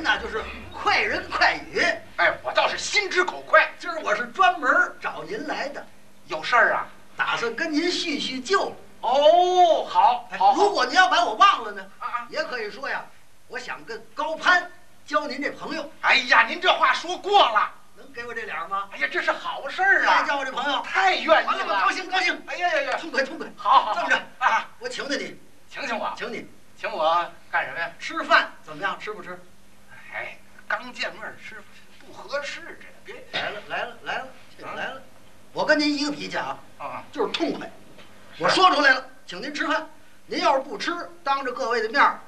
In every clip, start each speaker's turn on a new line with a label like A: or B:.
A: 呢就是快人快语。
B: 哎，我倒是心直口快，
A: 今儿我是专门找您来的，
B: 有事儿啊？
A: 打算跟您叙叙旧。
B: 哦，好，
A: 哎
B: 好，
A: 如果您要把我忘了呢，
B: 好啊啊！
A: 也可以说呀，我想跟高攀交您这朋友，
B: 哎呀，您这话说过了。
A: 能给我这脸吗？
B: 哎呀，这是好事儿
A: 来
B: 啊！
A: 交我这朋友，
B: 太愿
A: 完
B: 意
A: 了
B: 了，
A: 吧？高。兴高兴，
B: 哎呀呀呀，
A: 痛快痛快。
B: 好好，
A: 这么
B: 着
A: 着
B: 啊，
A: 我请请你，
B: 请请我，
A: 请你
B: 请我干什么呀？
A: 吃饭怎么样？吃不吃？
B: 哎，刚见面吃不合适，这别
A: 来了来了来了这
B: 啊
A: 来了，我跟您一个脾气啊，
B: 啊，
A: 就是痛快。我说出来了，请您吃饭。您要是不吃，当着各位的面儿，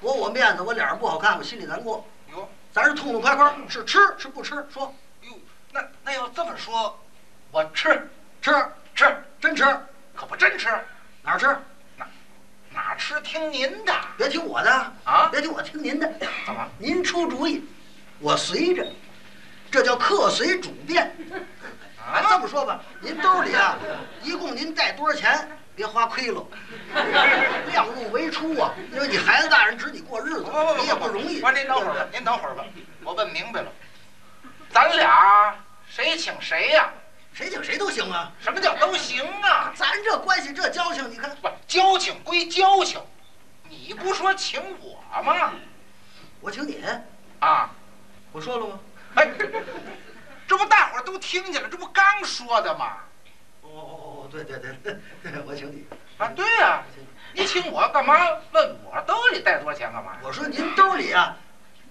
A: 驳我面子，我脸上不好看，我心里难过。
B: 哟
A: 咱是痛痛快快，是吃是不吃？说
B: 哟，哎那那要这么说，我吃
A: 吃，
B: 吃，
A: 真吃
B: 可不真吃，
A: 哪儿吃？
B: 哪吃听您的
A: 别听我的，
B: 啊？
A: 别听我，听您的。
B: 怎么？
A: 您出主意，我随着，这叫客随主便。啊，这
B: 啊？
A: 么说吧，您兜里啊，一共您带多少钱？别花亏了， 量入为出啊！因为你孩子大人指你过日
B: 不
A: 子
B: 不不，
A: 你也不
B: 哦不
A: 容易。
B: 我您等会儿吧，您等会儿吧，我问明白了，咱俩谁请谁呀、
A: 谁请谁都行啊。
B: 什么叫都行啊？
A: 咱这关系这交情，你看
B: 不，交情归交情，你不说请我吗？
A: 我请你，
B: 啊，
A: 我说了吗？
B: 哎，这不大伙儿都听见了，这不刚说的吗？
A: 哦哦哦，对对对， 对我请你。
B: 啊，对呀、你请我干嘛？问我兜里带多少钱干嘛呀？
A: 我说您兜里啊，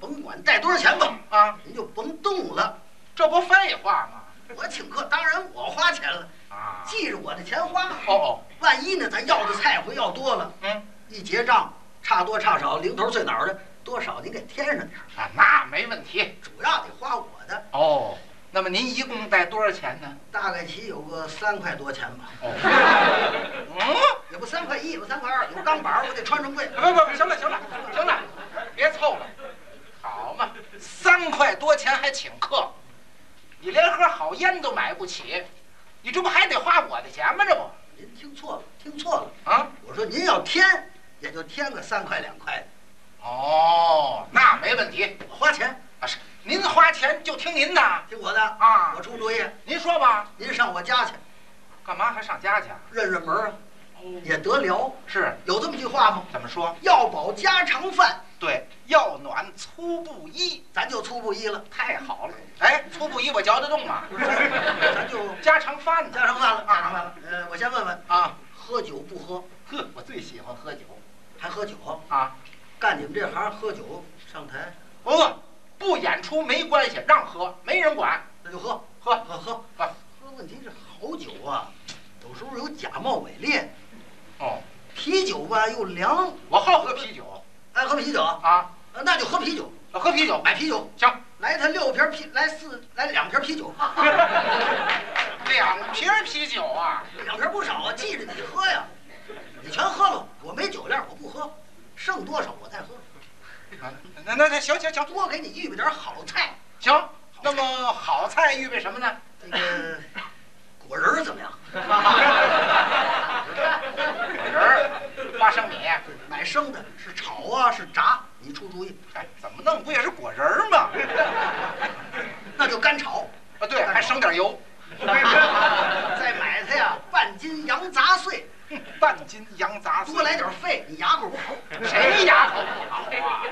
A: 甭管带多少钱吧，
B: 啊，
A: 您就甭动了。
B: 这不废话吗？
A: 我请客，当然我花钱了，
B: 啊，
A: 记着我的钱花。
B: 哦哦，
A: 万一呢，咱要的菜回要多了，
B: 嗯，
A: 一结账差多差少，零头碎脑的，多少您给添上点儿，
B: 啊，那没问题。
A: 主要得花我的，
B: 哦，那么您一共带多少钱呢？
A: 大概其有个三块多钱吧，
B: 哦嗯，
A: 也不三块一，也不三块二，有钢板儿我得穿穿贵。
B: 不不不，行了行了行了，别凑了，好嘛，三块多钱还请客，你连盒好烟都买不起，你这不还得花我的钱吗？这不
A: 您听错了，听错了，
B: 啊？
A: 我说您要添，也就添个三块两块的，
B: 哦，那没问题
A: 我花钱，
B: 啊，是您花钱就听您的
A: 听我的，
B: 啊
A: 我，出主意，
B: 您说吧，
A: 您上我家去
B: 干嘛还上家去啊？
A: 认认门儿啊，
B: 哦，
A: 也得聊。
B: 是
A: 有这么句话吗？
B: 怎么说？
A: 要饱家常饭，
B: 对，要暖粗布衣，
A: 咱就粗布衣了，
B: 太好了。哎，粗布衣我嚼得动吗？
A: 不是，咱就
B: 家常饭呢？
A: 家常饭了，家常饭了。呃，我先问问，
B: 啊，
A: 喝酒不喝？
B: 呵，我最喜欢喝酒
A: 还喝酒？
B: 啊。
A: 干你们这行喝酒上台，
B: 不不，不演出没关系，让喝，没人管。
A: 那就喝
B: 喝
A: 喝喝
B: 喝。
A: 喝问题是好酒啊，有时候有假冒伪劣，
B: 哦，
A: 啤酒吧又凉，
B: 我好喝啤酒
A: 爱喝啤酒，
B: 啊，
A: 呃那就喝啤酒，
B: 我喝啤酒。
A: 买啤酒
B: 行，
A: 来他六瓶啤，来四来两瓶啤酒，
B: 两瓶啤酒啊，
A: 两瓶不少啊，记着你喝呀，你全喝了，我没酒量，我不喝，剩多少我再喝，
B: 啊那那那行行行
A: 多给你预备点好菜，
B: 行。那么好菜预备什么呢？
A: 这个果仁儿怎么样？
B: 果仁儿、花生米。
A: 买生的是炒啊是炸，你出主意，
B: 哎，怎么弄不也是果仁儿吗？
A: 那就干炒。
B: 啊，对，还省点油。
A: 再买它呀，半斤羊杂碎，
B: 哼半斤羊杂碎，
A: 多来点肺，你牙口不好，
B: 谁牙口不好啊？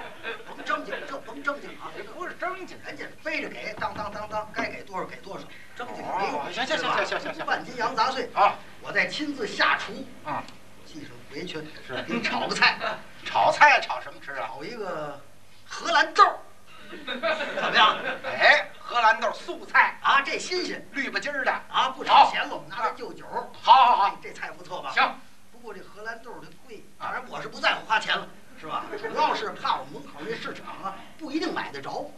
A: 甭正经，这甭正经啊，
B: 这不是正经的。
A: 人家背着给，当当当当，该给多少给多少，正经没有。
B: 哦行行行行行行行
A: 半斤羊杂碎，
B: 啊，
A: 我再亲自下厨，
B: 嗯，
A: 系上围裙，
B: 是
A: 给你炒个菜，
B: 炒菜炒什么吃啊？
A: 炒一个荷兰豆 儿，怎么样？
B: 哎，荷兰豆素菜，
A: 啊，这新鲜
B: 绿吧唧儿的。
A: 啊，不炒咸了，拿来就酒。哎
B: 好好好，
A: 这菜不错吧？
B: 行，
A: 不过这荷兰豆儿它贵，
B: 啊
A: 当然我是不在乎花钱了，是吧？主要是怕我门口那市场啊不一定买得着。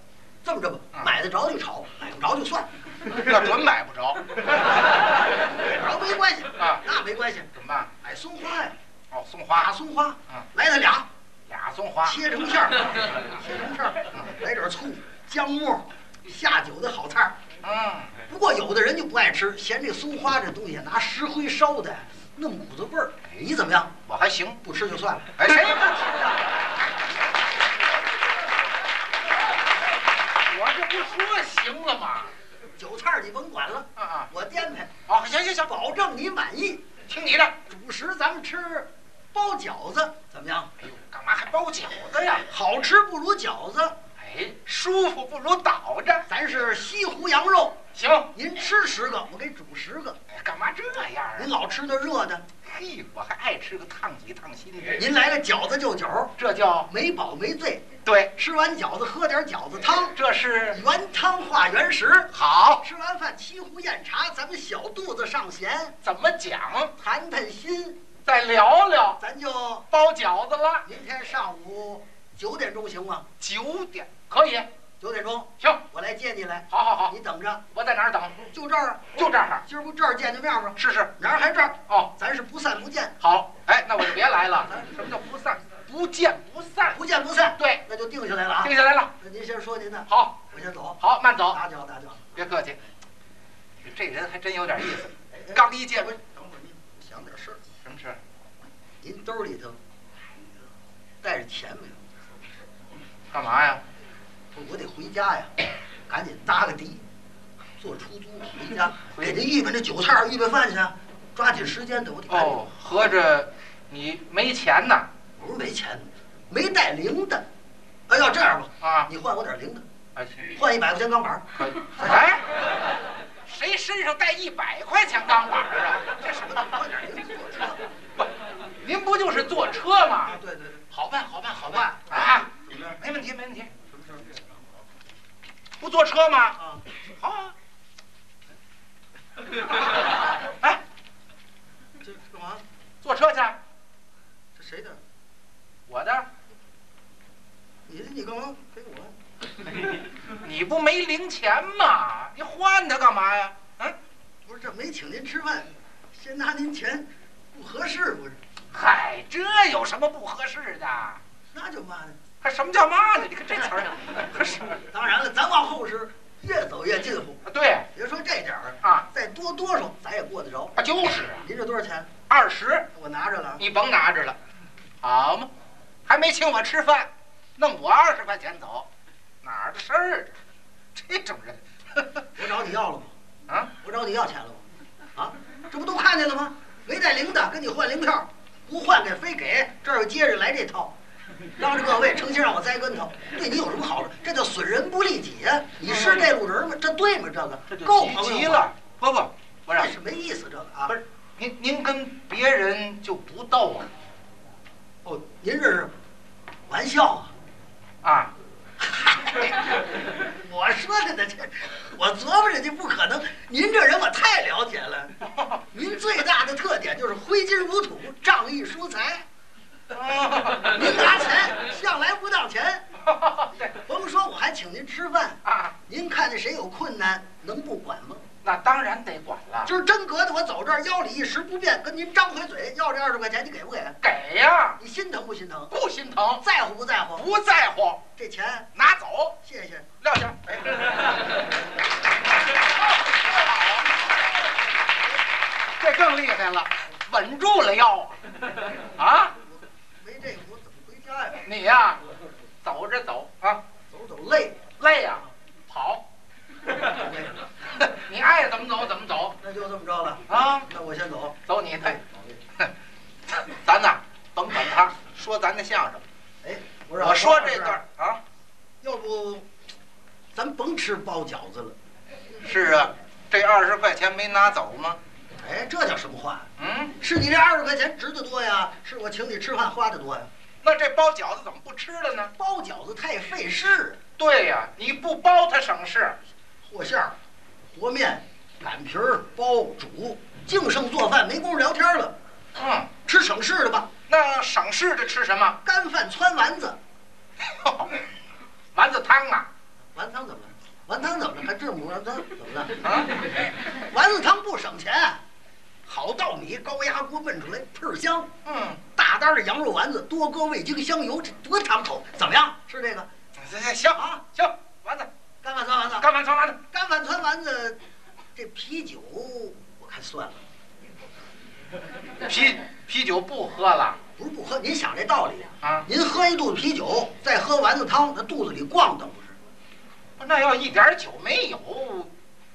A: 这么着吧，
B: 啊
A: 买得着就炒，买不着就 算，
B: 那准买不着，
A: 买不着没关系
B: 啊
A: 那没关系。
B: 怎么办？
A: 买松花呀，
B: 哦，送
A: 大
B: 花，
A: 松花
B: 啊，
A: 来它俩，
B: 俩送花，
A: 切成片儿，切成片
B: 啊
A: 儿，来点醋、姜末，下酒的好菜儿。
B: 嗯，
A: 不过有的人就不爱吃，嫌这松花这东西拿石灰烧的，那么股子味儿。你怎么样？
B: 我还行。哎
A: 不吃就算了。
B: 哎，谁不知道？这不说行了吗？
A: 韭菜儿你甭管了，
B: 啊啊！
A: 我颠沛，
B: 哦，行行行，
A: 保证你满意。
B: 听你的。哎
A: 主食咱们吃包饺子，怎么样？
B: 哎呦，干嘛还包饺子呀？
A: 好吃不如饺子，
B: 哎，舒服不如倒着。
A: 咱是西湖羊肉，
B: 行，
A: 您吃十个，我给煮十个。
B: 哎干嘛这样啊
A: 您？老吃那热的，
B: 嘿，我还爱吃个烫几烫心的。
A: 您来个饺子就酒，
B: 这叫
A: 没饱没醉。
B: 对，
A: 吃完饺子喝点饺子汤，
B: 这是
A: 原汤化原食。
B: 好。
A: 吃完饭沏壶酽茶，咱们小肚子上弦，
B: 怎么讲？
A: 谈谈心。
B: 再聊聊
A: 咱就
B: 包饺子了。
A: 明天上午九点钟行吗？
B: 九点可以，
A: 九点钟
B: 行，
A: 我来接你来，
B: 好好好，
A: 你等着，
B: 我在哪儿等？
A: 就这儿，
B: 就这儿，
A: 今儿不这儿见见面吗？
B: 试试。
A: 哪儿还这儿，
B: 哦，
A: 咱是不散不见，
B: 好，哎，那我就别来了。什么叫不散？不见不散。
A: 不见不散，
B: 对，
A: 那就定下来了啊。
B: 定下来了。
A: 那您先说您的，
B: 好，
A: 我先走，
B: 好，慢走，
A: 打搅打搅。
B: 别客气。这人还真有点意思。
A: 哎
B: 刚一见，
A: 哎等会儿您想点事儿，
B: 什么事儿？
A: 您兜里头带着钱没有？
B: 干嘛呀？
A: 不是我得回家呀，赶紧搭个的，坐出租回家，给您预备那酒菜儿，预备饭去啊，抓紧时间的，我得赶紧。
B: 哦，合着你没钱呐？
A: 不是没钱，没带零的。哎，要这样吧，
B: 啊，
A: 你换我点零的，
B: 哎，行
A: 换一百块钱钢板儿。
B: 可以。哎，谁身上带一百块钱钢板儿啊？这什么？
A: 换点零的坐车。
B: 不，您不就是坐车吗
A: 啊，？对对对，
B: 好办，好办，好办啊！
A: 怎么着？
B: 没问题，没问题。
A: 什么事儿？
B: 不坐车吗？
A: 啊，
B: 好啊。哎，
A: 这干嘛？
B: 坐车去，
A: 这谁的？
B: 我的。
A: 你的你干嘛给我？
B: 你不没零钱吗？你换它干嘛呀？嗯，
A: 不是，这没请您吃饭，先拿您钱，不合适不是？
B: 嗨，这有什么不合适的？
A: 那就骂呢。
B: 还什么叫妈呢？你看这词儿， 可是
A: 当然了，咱往后是越走越近乎。
B: 对
A: 别说这点儿，
B: 啊，
A: 再多多少咱也过得着。
B: 啊就是啊，
A: 您这多少钱？
B: 二十，
A: 我拿着了啊。
B: 你甭拿着了，好嘛，还没请我吃饭，弄我二十块钱走，哪儿的事儿啊？这种人，
A: 我找你要了吗？
B: 啊，
A: 我找你要钱了吗？啊，这不都看见了吗？没带零的跟你换零票，不换给非给，这儿又接着来这套，当着各位成心让我栽跟头，对你有什么好处？这叫损人不利己呀、你是这路人吗？这对吗？这个够
B: 急
A: 朋
B: 急
A: 友吗，
B: 了，不不，不是
A: 这是没意思，这个啊
B: 不。是，您您跟别人就不逗啊
A: 哦，您这是玩笑啊？
B: 啊，
A: 我说的呢，这我琢磨着这不可能。您这人我太了解了，您最大的特点就是挥金如土，仗义疏财。 您拿钱向来不当钱，
B: 对
A: 甭说我还请您吃饭，
B: 啊，
A: 您看见谁有困难能不管吗？
B: 那当然得管了，
A: 今儿真隔得我走这儿腰里一时不便，跟您张回嘴要这二十块钱，你给不给？
B: 给呀，
A: 你心疼不心疼？
B: 不心疼，
A: 在乎不在乎？
B: 不在乎，
A: 这钱
B: 拿走，
A: 谢谢。
B: 撂下。哎 这更厉害了，稳住了腰啊！啊，
A: 没这我怎么回家呀？
B: 你呀、走着走啊，
A: 走走 累，
B: 累呀、跑， 你爱怎么走怎么走
A: 那就这么着了。
B: 啊，
A: 那我先走。哎
B: 走你的。咱呐，甭管他，说咱的相声。
A: 哎，我
B: 我说这段，儿啊，
A: 要不咱甭吃包饺子了。
B: 是啊，这二十块钱没拿走吗？
A: 哎，这叫什么话？
B: 嗯，
A: 是你这二十块钱值得多呀？是我请你吃饭花的多呀？
B: 那这包饺子怎么不吃了呢？
A: 包饺子太费事，
B: 对呀、你不包它省事。
A: 和馅儿、和面、擀皮儿、包煮，净剩做饭，没工夫聊天了。
B: 嗯，
A: 吃省事的吧，
B: 那省事的吃什么？
A: 干饭汆丸子，
B: 丸子汤啊？
A: 丸汤怎么了？丸汤怎么了？还这么丸汤怎么了？
B: 啊，
A: 丸子汤不省钱，好稻米高压锅焖出来倍儿香，
B: 嗯，
A: 大袋儿的羊肉丸子多搁味精香油，这多堂口！怎么样？吃这个
B: 行行行
A: 啊？
B: 行，丸子，
A: 干饭汆丸子，
B: 干完装丸子，
A: 干饭汆丸子，这啤酒我看算了，
B: 啤啤酒不喝了
A: 不是不喝，您想这道理啊？
B: 啊？
A: 您喝一肚子啤酒，再喝丸子汤，那肚子里逛荡不是？
B: 那要一点酒没有，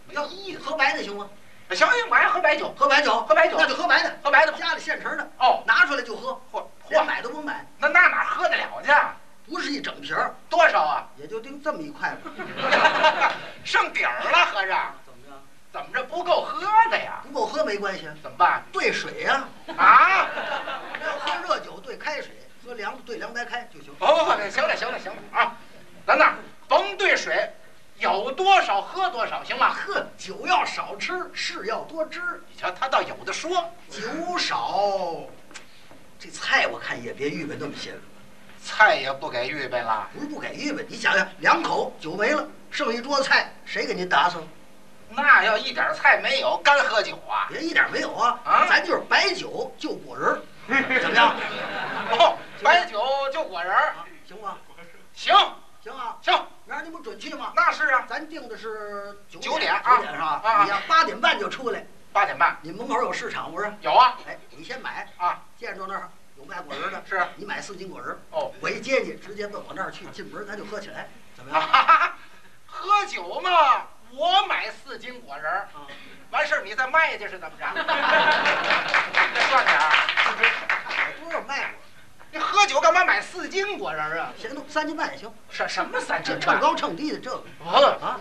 B: 没
A: 要
B: 意思。
A: 喝白的行吗？
B: 行行，我爱喝白酒，
A: 喝白酒，
B: 喝白酒
A: 那，就喝白的，
B: 喝白的吧。
A: 家里现成的，
B: 哦，
A: 拿出来就喝，
B: 嚯
A: 连
B: 嚯，
A: 买都不买，
B: 那那哪喝得了去啊？
A: 不是一整瓶儿，
B: 多少 啊？
A: 也就定这么一块吧。
B: 剩底儿了，合着
A: 怎么着？
B: 怎么着不够喝的呀？
A: 不够喝没关系，
B: 怎么办
A: 兑水呀、
B: 啊？
A: 要喝热酒兑开水，喝凉的兑凉白开就行。
B: 不不不，行了行了行了啊！咱那儿甭兑水，有多少喝多少，行吗？
A: 呵，酒要少吃，事要多知。
B: 你瞧他倒有的说，
A: 酒少，这菜我看也别预备那么些了。
B: 菜也不给预备了，
A: 不是不给预备，你想想，两口酒没了，剩一桌菜，谁给您打扫？
B: 那要一点菜没有，干喝酒啊？
A: 别一点没有啊！
B: 啊
A: 咱就是白酒就果仁 儿，怎么样？
B: 哦，白酒就果仁儿，
A: 啊行吗？
B: 行
A: 行啊，
B: 行，
A: 明儿你不准去吗？
B: 那是啊，
A: 咱定的是九
B: 九点啊
A: 九点是吧？
B: 啊
A: 你要八点半就出来，
B: 八点半
A: 你门口有市场不是？
B: 有啊
A: 哎，你先买，
B: 啊
A: 见着那儿有卖果仁的，
B: 是啊
A: 你买四斤果仁。
B: 哦
A: 我一接你，直接奔我那儿去，进门咱就喝起来，怎么
B: 啊
A: 样？
B: 哈哈， 喝酒嘛，我买四斤果仁儿。
A: 啊，
B: 完事儿你再卖去是怎么着？ 再算点儿，
A: 买多少卖我，
B: 你喝酒干嘛买四斤果仁儿啊？
A: 行都三斤半也行，
B: 什什么三
A: 这
B: 斤啊
A: 秤
B: 半？
A: 高秤低的这个
B: 我
A: 啊。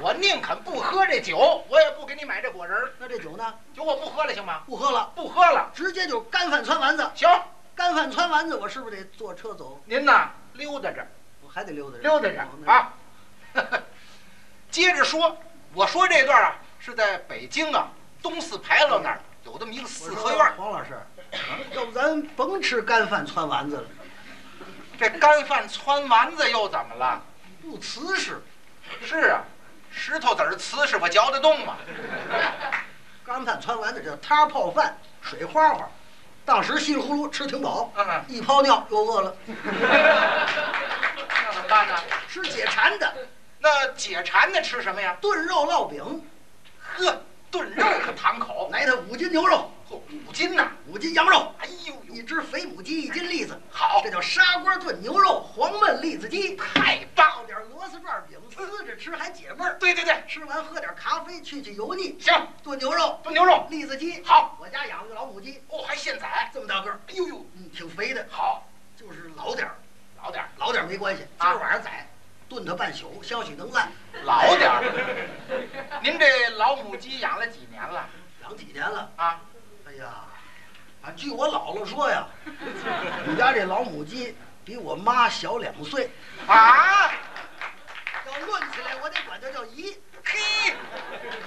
B: 我宁肯不喝这酒，我也不给你买这果仁儿。
A: 那这酒呢？
B: 酒我不喝了行吗？
A: 不喝了，
B: 不喝了，
A: 直接就干饭汆丸子。
B: 行。
A: 干饭汆丸子，我是不是得坐车走？
B: 您呐，溜达着，
A: 我还得溜达着。
B: 溜达着啊。 接着说，我说这段啊是在北京啊东四牌楼那儿有这么一个
A: 我
B: 四
A: 说
B: 合院儿，
A: 黄老师，啊要不咱甭吃干饭汆丸子了，
B: 这干饭汆丸子又怎么了？
A: 不瓷实。
B: 是啊，石头子儿瓷实，我嚼得动吗？
A: 干饭汆丸子叫汤泡饭，水花花，当时稀里呼噜吃挺饱，
B: 嗯，
A: 一泡尿又饿了，
B: 那怎么办呢？
A: 吃解馋的
B: 那解馋的吃什么呀？
A: 炖肉烙饼，
B: 呵，炖肉可堂口，
A: 来它五斤牛肉，
B: 嚯，五斤呐！
A: 五斤羊肉，
B: 哎呦呦，
A: 一只肥母鸡，一斤栗子，
B: 好
A: 这，叫砂锅炖牛肉，黄焖栗子鸡，
B: 太棒！
A: 烙点螺丝转饼，呲着吃还解味儿。
B: 对对对，
A: 吃完喝点咖啡去去油腻，
B: 行，
A: 炖牛肉、
B: 炖牛肉
A: 栗子鸡。
B: 好，
A: 我家养了个老母鸡，
B: 哦，还现宰，
A: 这么大个儿，
B: 哎呦呦，
A: 嗯，挺肥的，
B: 好，
A: 就是老点儿，
B: 老点儿，
A: 老点儿没关系。今
B: 啊
A: 儿晚上宰，炖它半宿，消息能哎烂。
B: 老点儿。您这老母鸡养了几年了
A: 养几年了？
B: 啊？
A: 哎呀，啊，据我姥姥说 呀，你家这老母鸡比我妈小两岁，
B: 啊，
A: 要论起来我得管它叫姨，
B: 嘿，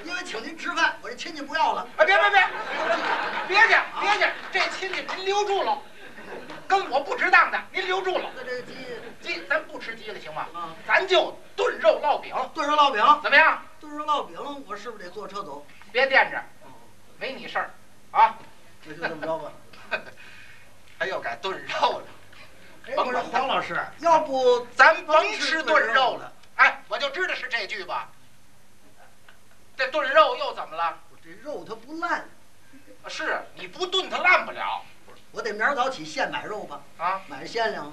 A: 因为请您吃饭，我这亲戚不要了。
B: 啊，别别别，别去别去，这亲戚您留住了，跟我不值当的，您留住了。
A: 那这个鸡
B: 鸡，咱不吃鸡了，行吗？
A: 啊，
B: 咱就炖肉烙饼，
A: 炖肉烙饼，
B: 怎么样？
A: 炖肉烙饼，我是不是得坐车 走？
B: 别惦着，没你事儿啊。
A: 那就这么着吧。
B: 他又改哎炖肉了，
A: 哎，我说黄老师，要 不
B: 咱甭吃炖肉了。。哎，我就知道是这句吧。这炖肉又怎么了？
A: 我这肉它不烂，
B: 是啊你不炖它烂不了
A: 我得明儿早起现买肉吧，
B: 啊。
A: 买鲜粮，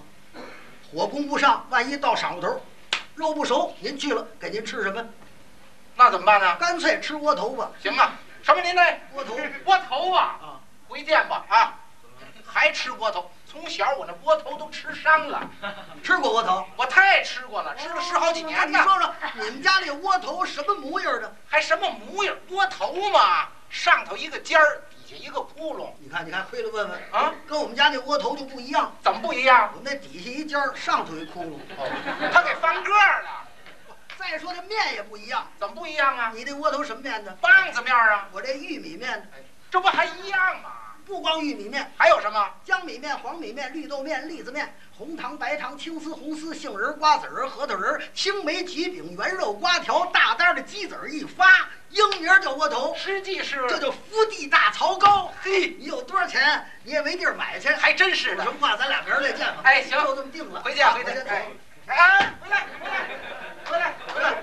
A: 火供不上，万一到晌午头，肉不熟，您去了给您吃什么？
B: 那怎么办呢？
A: 干脆吃窝头吧，
B: 行吧，什么您 这
A: 窝头
B: 窝头啊，
A: 啊，
B: 回见吧啊。还吃窝头？从小我那窝头都吃伤了，
A: 吃过窝头，
B: 我太吃过了，吃了十好几年
A: 哦你
B: 呢。
A: 说说你们家里窝头什么模样的？
B: 还什么模样？窝头嘛，上头一个尖儿，底下一个窟窿
A: 你看，你看，亏了问问，
B: 啊，
A: 跟我们家那窝头就不一样，
B: 怎么不一样？
A: 我们那底下一尖儿，上头一窟窿。
B: 哦，他给翻个儿了，
A: 再说这面也不一样，
B: 怎么不一样啊？
A: 你这窝头什么面的？
B: 棒子面儿啊，
A: 我这玉米面的，
B: 这不还一样吗？
A: 不光玉米面。
B: 还有什么？
A: 江米面、黄米面、绿豆面、栗子面、红糖、白糖、青丝、红丝、杏仁、瓜子仁、核桃仁、青梅、桔饼、圆肉、瓜条、大单的鸡子儿一发，英名叫窝头，
B: 实际是
A: 这叫福地大槽糕。
B: 嘿，
A: 你有多少钱，你也没地儿买去。
B: 还真是
A: 有
B: 的
A: 什。么话，咱俩明儿再见吧。
B: 哎行
A: 就这么定了。
B: 回见
A: 啊
B: 回见
A: 我先走
B: 哎哎，回来回来回来回来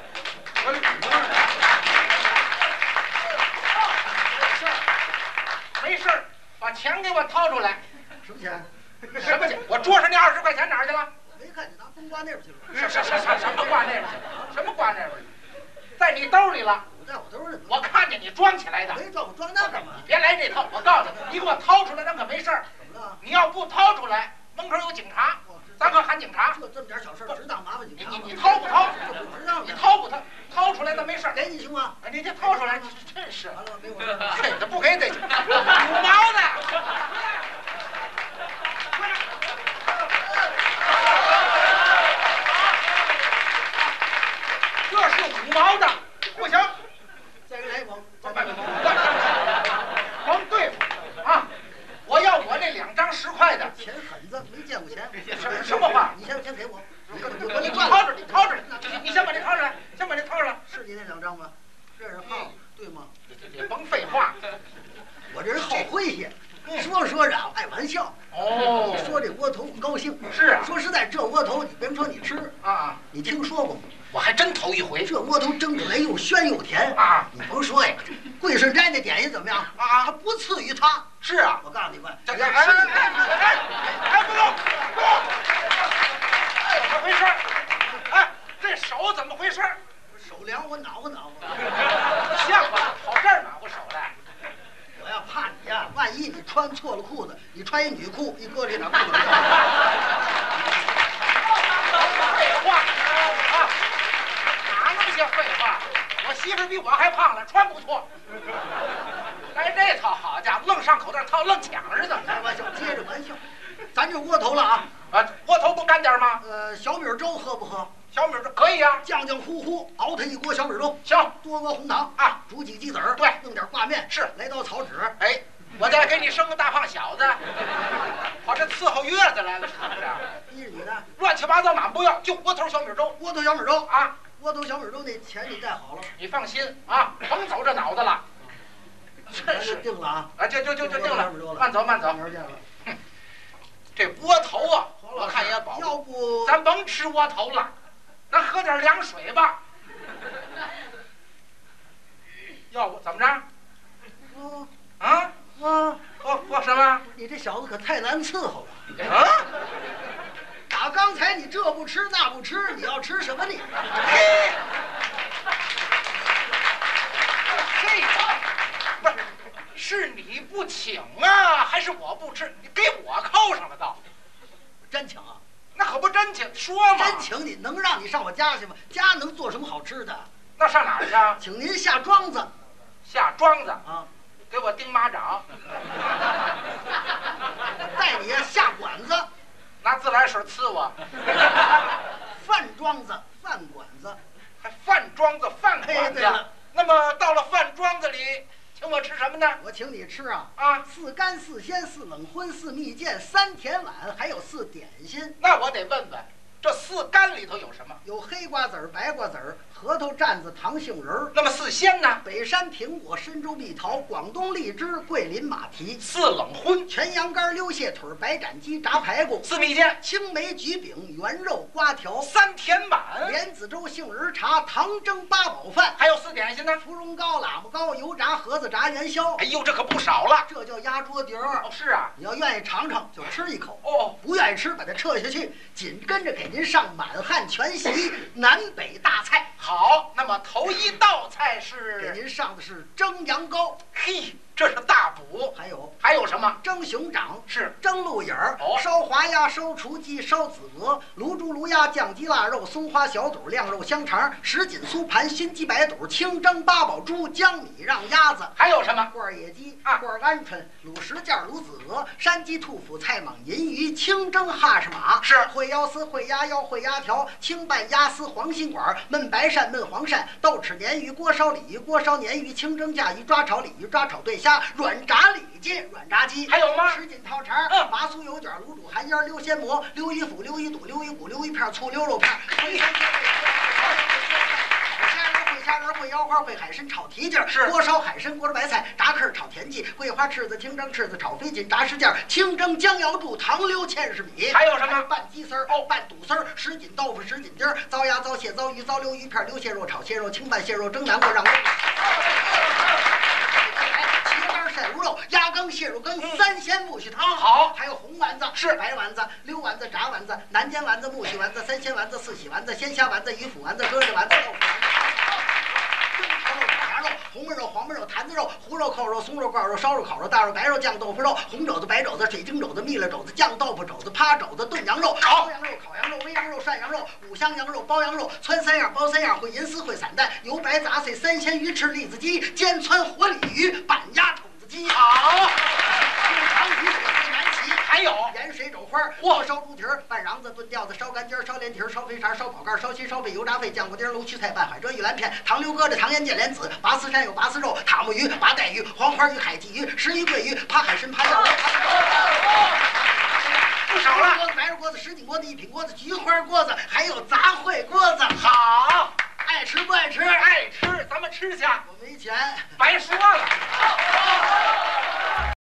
B: 回来，没事儿，把钱给我掏出来。
A: 什么钱？
B: 什么钱？我桌上那二十块钱哪儿去了？
A: 没看你拿风刮那边去了。
B: 什什什什什么挂那边去了？什么挂那那边，在你兜里了。
A: 我在我兜里，
B: 我看见你装起来的，
A: 没装，我装那干嘛
B: 你？别来这套。我告诉你，你给我掏出来，咱可没事儿。
A: 怎么了？
B: 你要不掏出来，门口有警察，
A: 我这
B: 咱可喊警察。
A: 这这么点小事儿，值当麻烦警
B: 你
A: 察
B: 你
A: 吗？
B: 你掏不掏？
A: 这不值当
B: 你
A: 的，
B: 掏不掏？掏出来咱没事儿。
A: 给你行吗？
B: 哎你这掏出来，你这真是，
A: 完了，没我事儿。
B: 这这不给得劲，五毛的。这是五毛的，不行，
A: 再给来一筐，
B: 甭买甭对付啊！我要我那两张十块的，
A: 钱狠子没见过钱，
B: 什什么话？
A: 你先先给我，你根本就
B: 你
A: 不
B: 你
A: 能
B: 掏出来，你掏出来，你你先把这掏出来，先把这掏出来，
A: 是你那两张吗？这是
B: 嗯
A: 胖，对吗？
B: 你甭废话。
A: 我这人好诙谐，
B: 嗯
A: 说着说着啊爱玩笑，
B: 哦
A: 说这窝头不高兴。
B: 是啊
A: 说实在，这窝头你别说你吃，
B: 啊，
A: 你听说过吗？
B: 我还真头一回
A: 这窝头蒸出来又鲜又甜
B: 啊
A: 你甭说呀，桂顺斋那点心怎么样？它
B: 啊！
A: 不次于它。
B: 是啊，
A: 我告诉你们，
B: 这这哎哎哎哎哎，不动不动，怎么回事？哎，这手怎么回事？哎
A: 手凉我暖和暖和。
B: 像话，跑这儿拿过手来。
A: 我要怕你呀、万一你穿错了裤子，你穿一女裤，一搁里哪裤子掉？
B: 废话啊！哪那么些废话？我媳妇儿比我还胖了，穿不错。来这套，好家伙，愣上口袋套，愣抢是怎么
A: 开
B: 着？
A: 玩笑，接着玩笑，咱这窝头了啊。
B: 啊，窝头不干点吗？
A: 呃，小米粥喝不喝？
B: 小米说可以呀、
A: 浆浆乎乎熬它一锅小米粥，
B: 行
A: 多搁红糖，
B: 啊，
A: 煮几鸡子儿，
B: 对
A: 弄点挂面，
B: 是
A: 来刀草纸，
B: 哎，我再给你生个大胖小子，跑这伺候月子来了是不是？
A: 依着你呢。
B: 乱七八糟满不要，就窝头小米粥
A: 窝头小米粥，
B: 啊！
A: 窝头小米粥那钱你带好了吗？
B: 你放心啊，甭走这脑子了。真
A: 咱就是定了啊，
B: 啊，就就就就定了
A: 就窝头小米粥，了
B: 慢走慢
A: 到
B: 走。
A: 明儿见了。
B: 这窝头啊，
A: 黄老
B: 我
A: 师
B: 看也饱，
A: 要不
B: 咱甭吃窝头了，咱喝点凉水吧。要不怎么着
A: 啊
B: 啊？
A: 啊，
B: 喝喝什么？
A: 你这小子可太难伺候了。
B: 啊？
A: 打刚才你这不吃那不吃，你要吃什么你？
B: 嘿，这个 不是是你不请啊，还是我不吃？你给我扣上了倒，
A: 真请啊！
B: 那可不真请，说嘛，
A: 真请你，能让你上我家去吗？家能做什么好吃的？
B: 那上哪儿去啊？
A: 请您下庄子
B: 下庄子
A: 啊，
B: 给我钉马掌，
A: 带你啊下馆子、
B: 拿自来水呲 我，
A: 饭庄子、饭馆子。
B: 还饭庄子饭馆
A: 哎，
B: 子
A: 对。了，
B: 那么到了饭庄子里，请我吃什么呢？
A: 我请你吃啊，
B: 啊，
A: 四干、四鲜、四冷荤、四蜜饯、三甜碗，还有四点心，
B: 那我得问问，这四干里头有什么？
A: 有黑瓜子儿、白瓜子儿、核桃、蘸子、糖杏仁儿。
B: 那么四鲜呢？
A: 北山苹果、深州蜜桃、广东荔枝、桂林马蹄、
B: 四冷荤，
A: 全羊肝、溜蟹腿、白斩鸡、炸排骨、
B: 四蜜饯，
A: 青梅桔饼、圆肉瓜条、
B: 三甜碗。
A: 莲子粥、杏仁茶、糖蒸八宝饭、
B: 还有四点心呢。
A: 芙蓉糕、喇嘛糕、油炸盒子、炸元宵
B: 哎，呦，这可不少了。
A: 这叫压桌碟儿。
B: 哦，是啊。
A: 你要愿意尝尝，就吃一口；
B: 哦，
A: 不愿意吃，把它撤下去。紧跟着给您上满汉全席、南北大菜，
B: 好，那么头一道菜
A: 给
B: 是，
A: 您上的是蒸羊羔，
B: 嘿，这是大补。
A: 还有
B: 还有什么？
A: 蒸熊掌。
B: 是
A: 蒸鹿眼儿
B: 哦、
A: 烧滑鸭、烧雏鸡、烧子鹅、卤猪、卤鸭、酱鸡、腊肉、松花小肚、晾肉香肠、什锦酥盘、熏鸡白肚、清蒸八宝猪、江米让鸭子。
B: 还有什么？
A: 罐儿野鸡、
B: 啊
A: 罐儿鹌鹑、卤什件儿、卤子鹅、山鸡、兔脯、菜蟒、银鱼、清蒸哈士马，
B: 是
A: 烩腰丝、烩鸭腰、烩鸭条、清拌鸭丝、黄心管儿、焖白鳝、焖黄鳝、豆豉鲶鱼、锅烧鲤鱼、锅烧鲶鱼、清蒸甲鱼、抓炒鲤鱼、抓炒对虾、软炸里脊、软炸鸡，
B: 还有吗
A: 什锦套肠、
B: 嗯
A: 麻酥油卷、卤煮寒烟、溜鲜蘑、溜鱼肚、溜鱼肚、溜鱼骨、溜鱼片、醋溜肉片。
B: 嘿
A: 虾仁儿烩虾仁儿烩腰花烩海参炒蹄筋儿
B: 是
A: 锅烧海参锅烧白菜炸壳儿炒田鸡桂花翅子清蒸翅子炒飞锦炸什件儿清蒸江瑶柱糖溜芡实米
B: 还有什么？
A: 拌鸡丝儿
B: 哦
A: 拌肚丝儿什锦豆腐什锦丁儿糟鸭糟蟹糟鱼糟溜鱼片儿溜蟹肉炒蟹肉清拌蟹肉蒸南瓜
B: 哦
A: 让味。茄干晒卤肉、鸭羹、蟹肉羹、
B: 嗯
A: 三鲜苜蓿汤，
B: 好
A: 哦还有红丸子
B: 是
A: 白丸子、溜丸子、炸丸子、南煎丸子、苜蓿丸子、三鲜丸子、四喜丸子、鲜虾丸子、鱼腐丸子、鸽子丸子、豆腐丸子。红焖肉、黄焖肉、坛子肉、胡肉、扣肉、松肉、灌肉、烧肉、烤肉、大肉、大肉、酱豆腐肉、红肘子、白肘子、水晶肘子、蜜了肘子、酱豆腐肘子、趴肘子、炖羊肉、
B: 好
A: 烧羊肉、烤羊肉、煨羊肉、涮羊肉、五香羊肉、包羊肉、汆三样、包三样，烩银丝、烩散蛋、油白杂碎、三鲜鱼翅、栗子鸡、煎汆火鲤鱼、板鸭筒子鸡、
B: 好，
A: 长鱼柳黑南旗。
B: 还有
A: 盐水肘花儿，
B: 嚯
A: 锅烧猪蹄儿，拌瓤子、炖吊子、烧干尖儿、烧莲蹄儿、烧肥肠儿、烧烤盖儿、烧心、烧肺、油炸肺、酱骨丁儿、龙须菜、拌海蜇、玉兰片、糖溜疙瘩、糖盐芥莲子、拔丝山有拔丝肉、塔木鱼、拔带鱼、黄花鱼、海鲫鱼、石鱼、桂鱼、扒海参、扒腰肉、扒
B: 不少了。
A: 锅子、白肉锅子、什锦锅子、一品锅子、菊花锅子，还有杂烩锅子。
B: 好，
A: 爱吃不爱吃？
B: 爱吃咱们吃去，
A: 我没钱。
B: 白说了。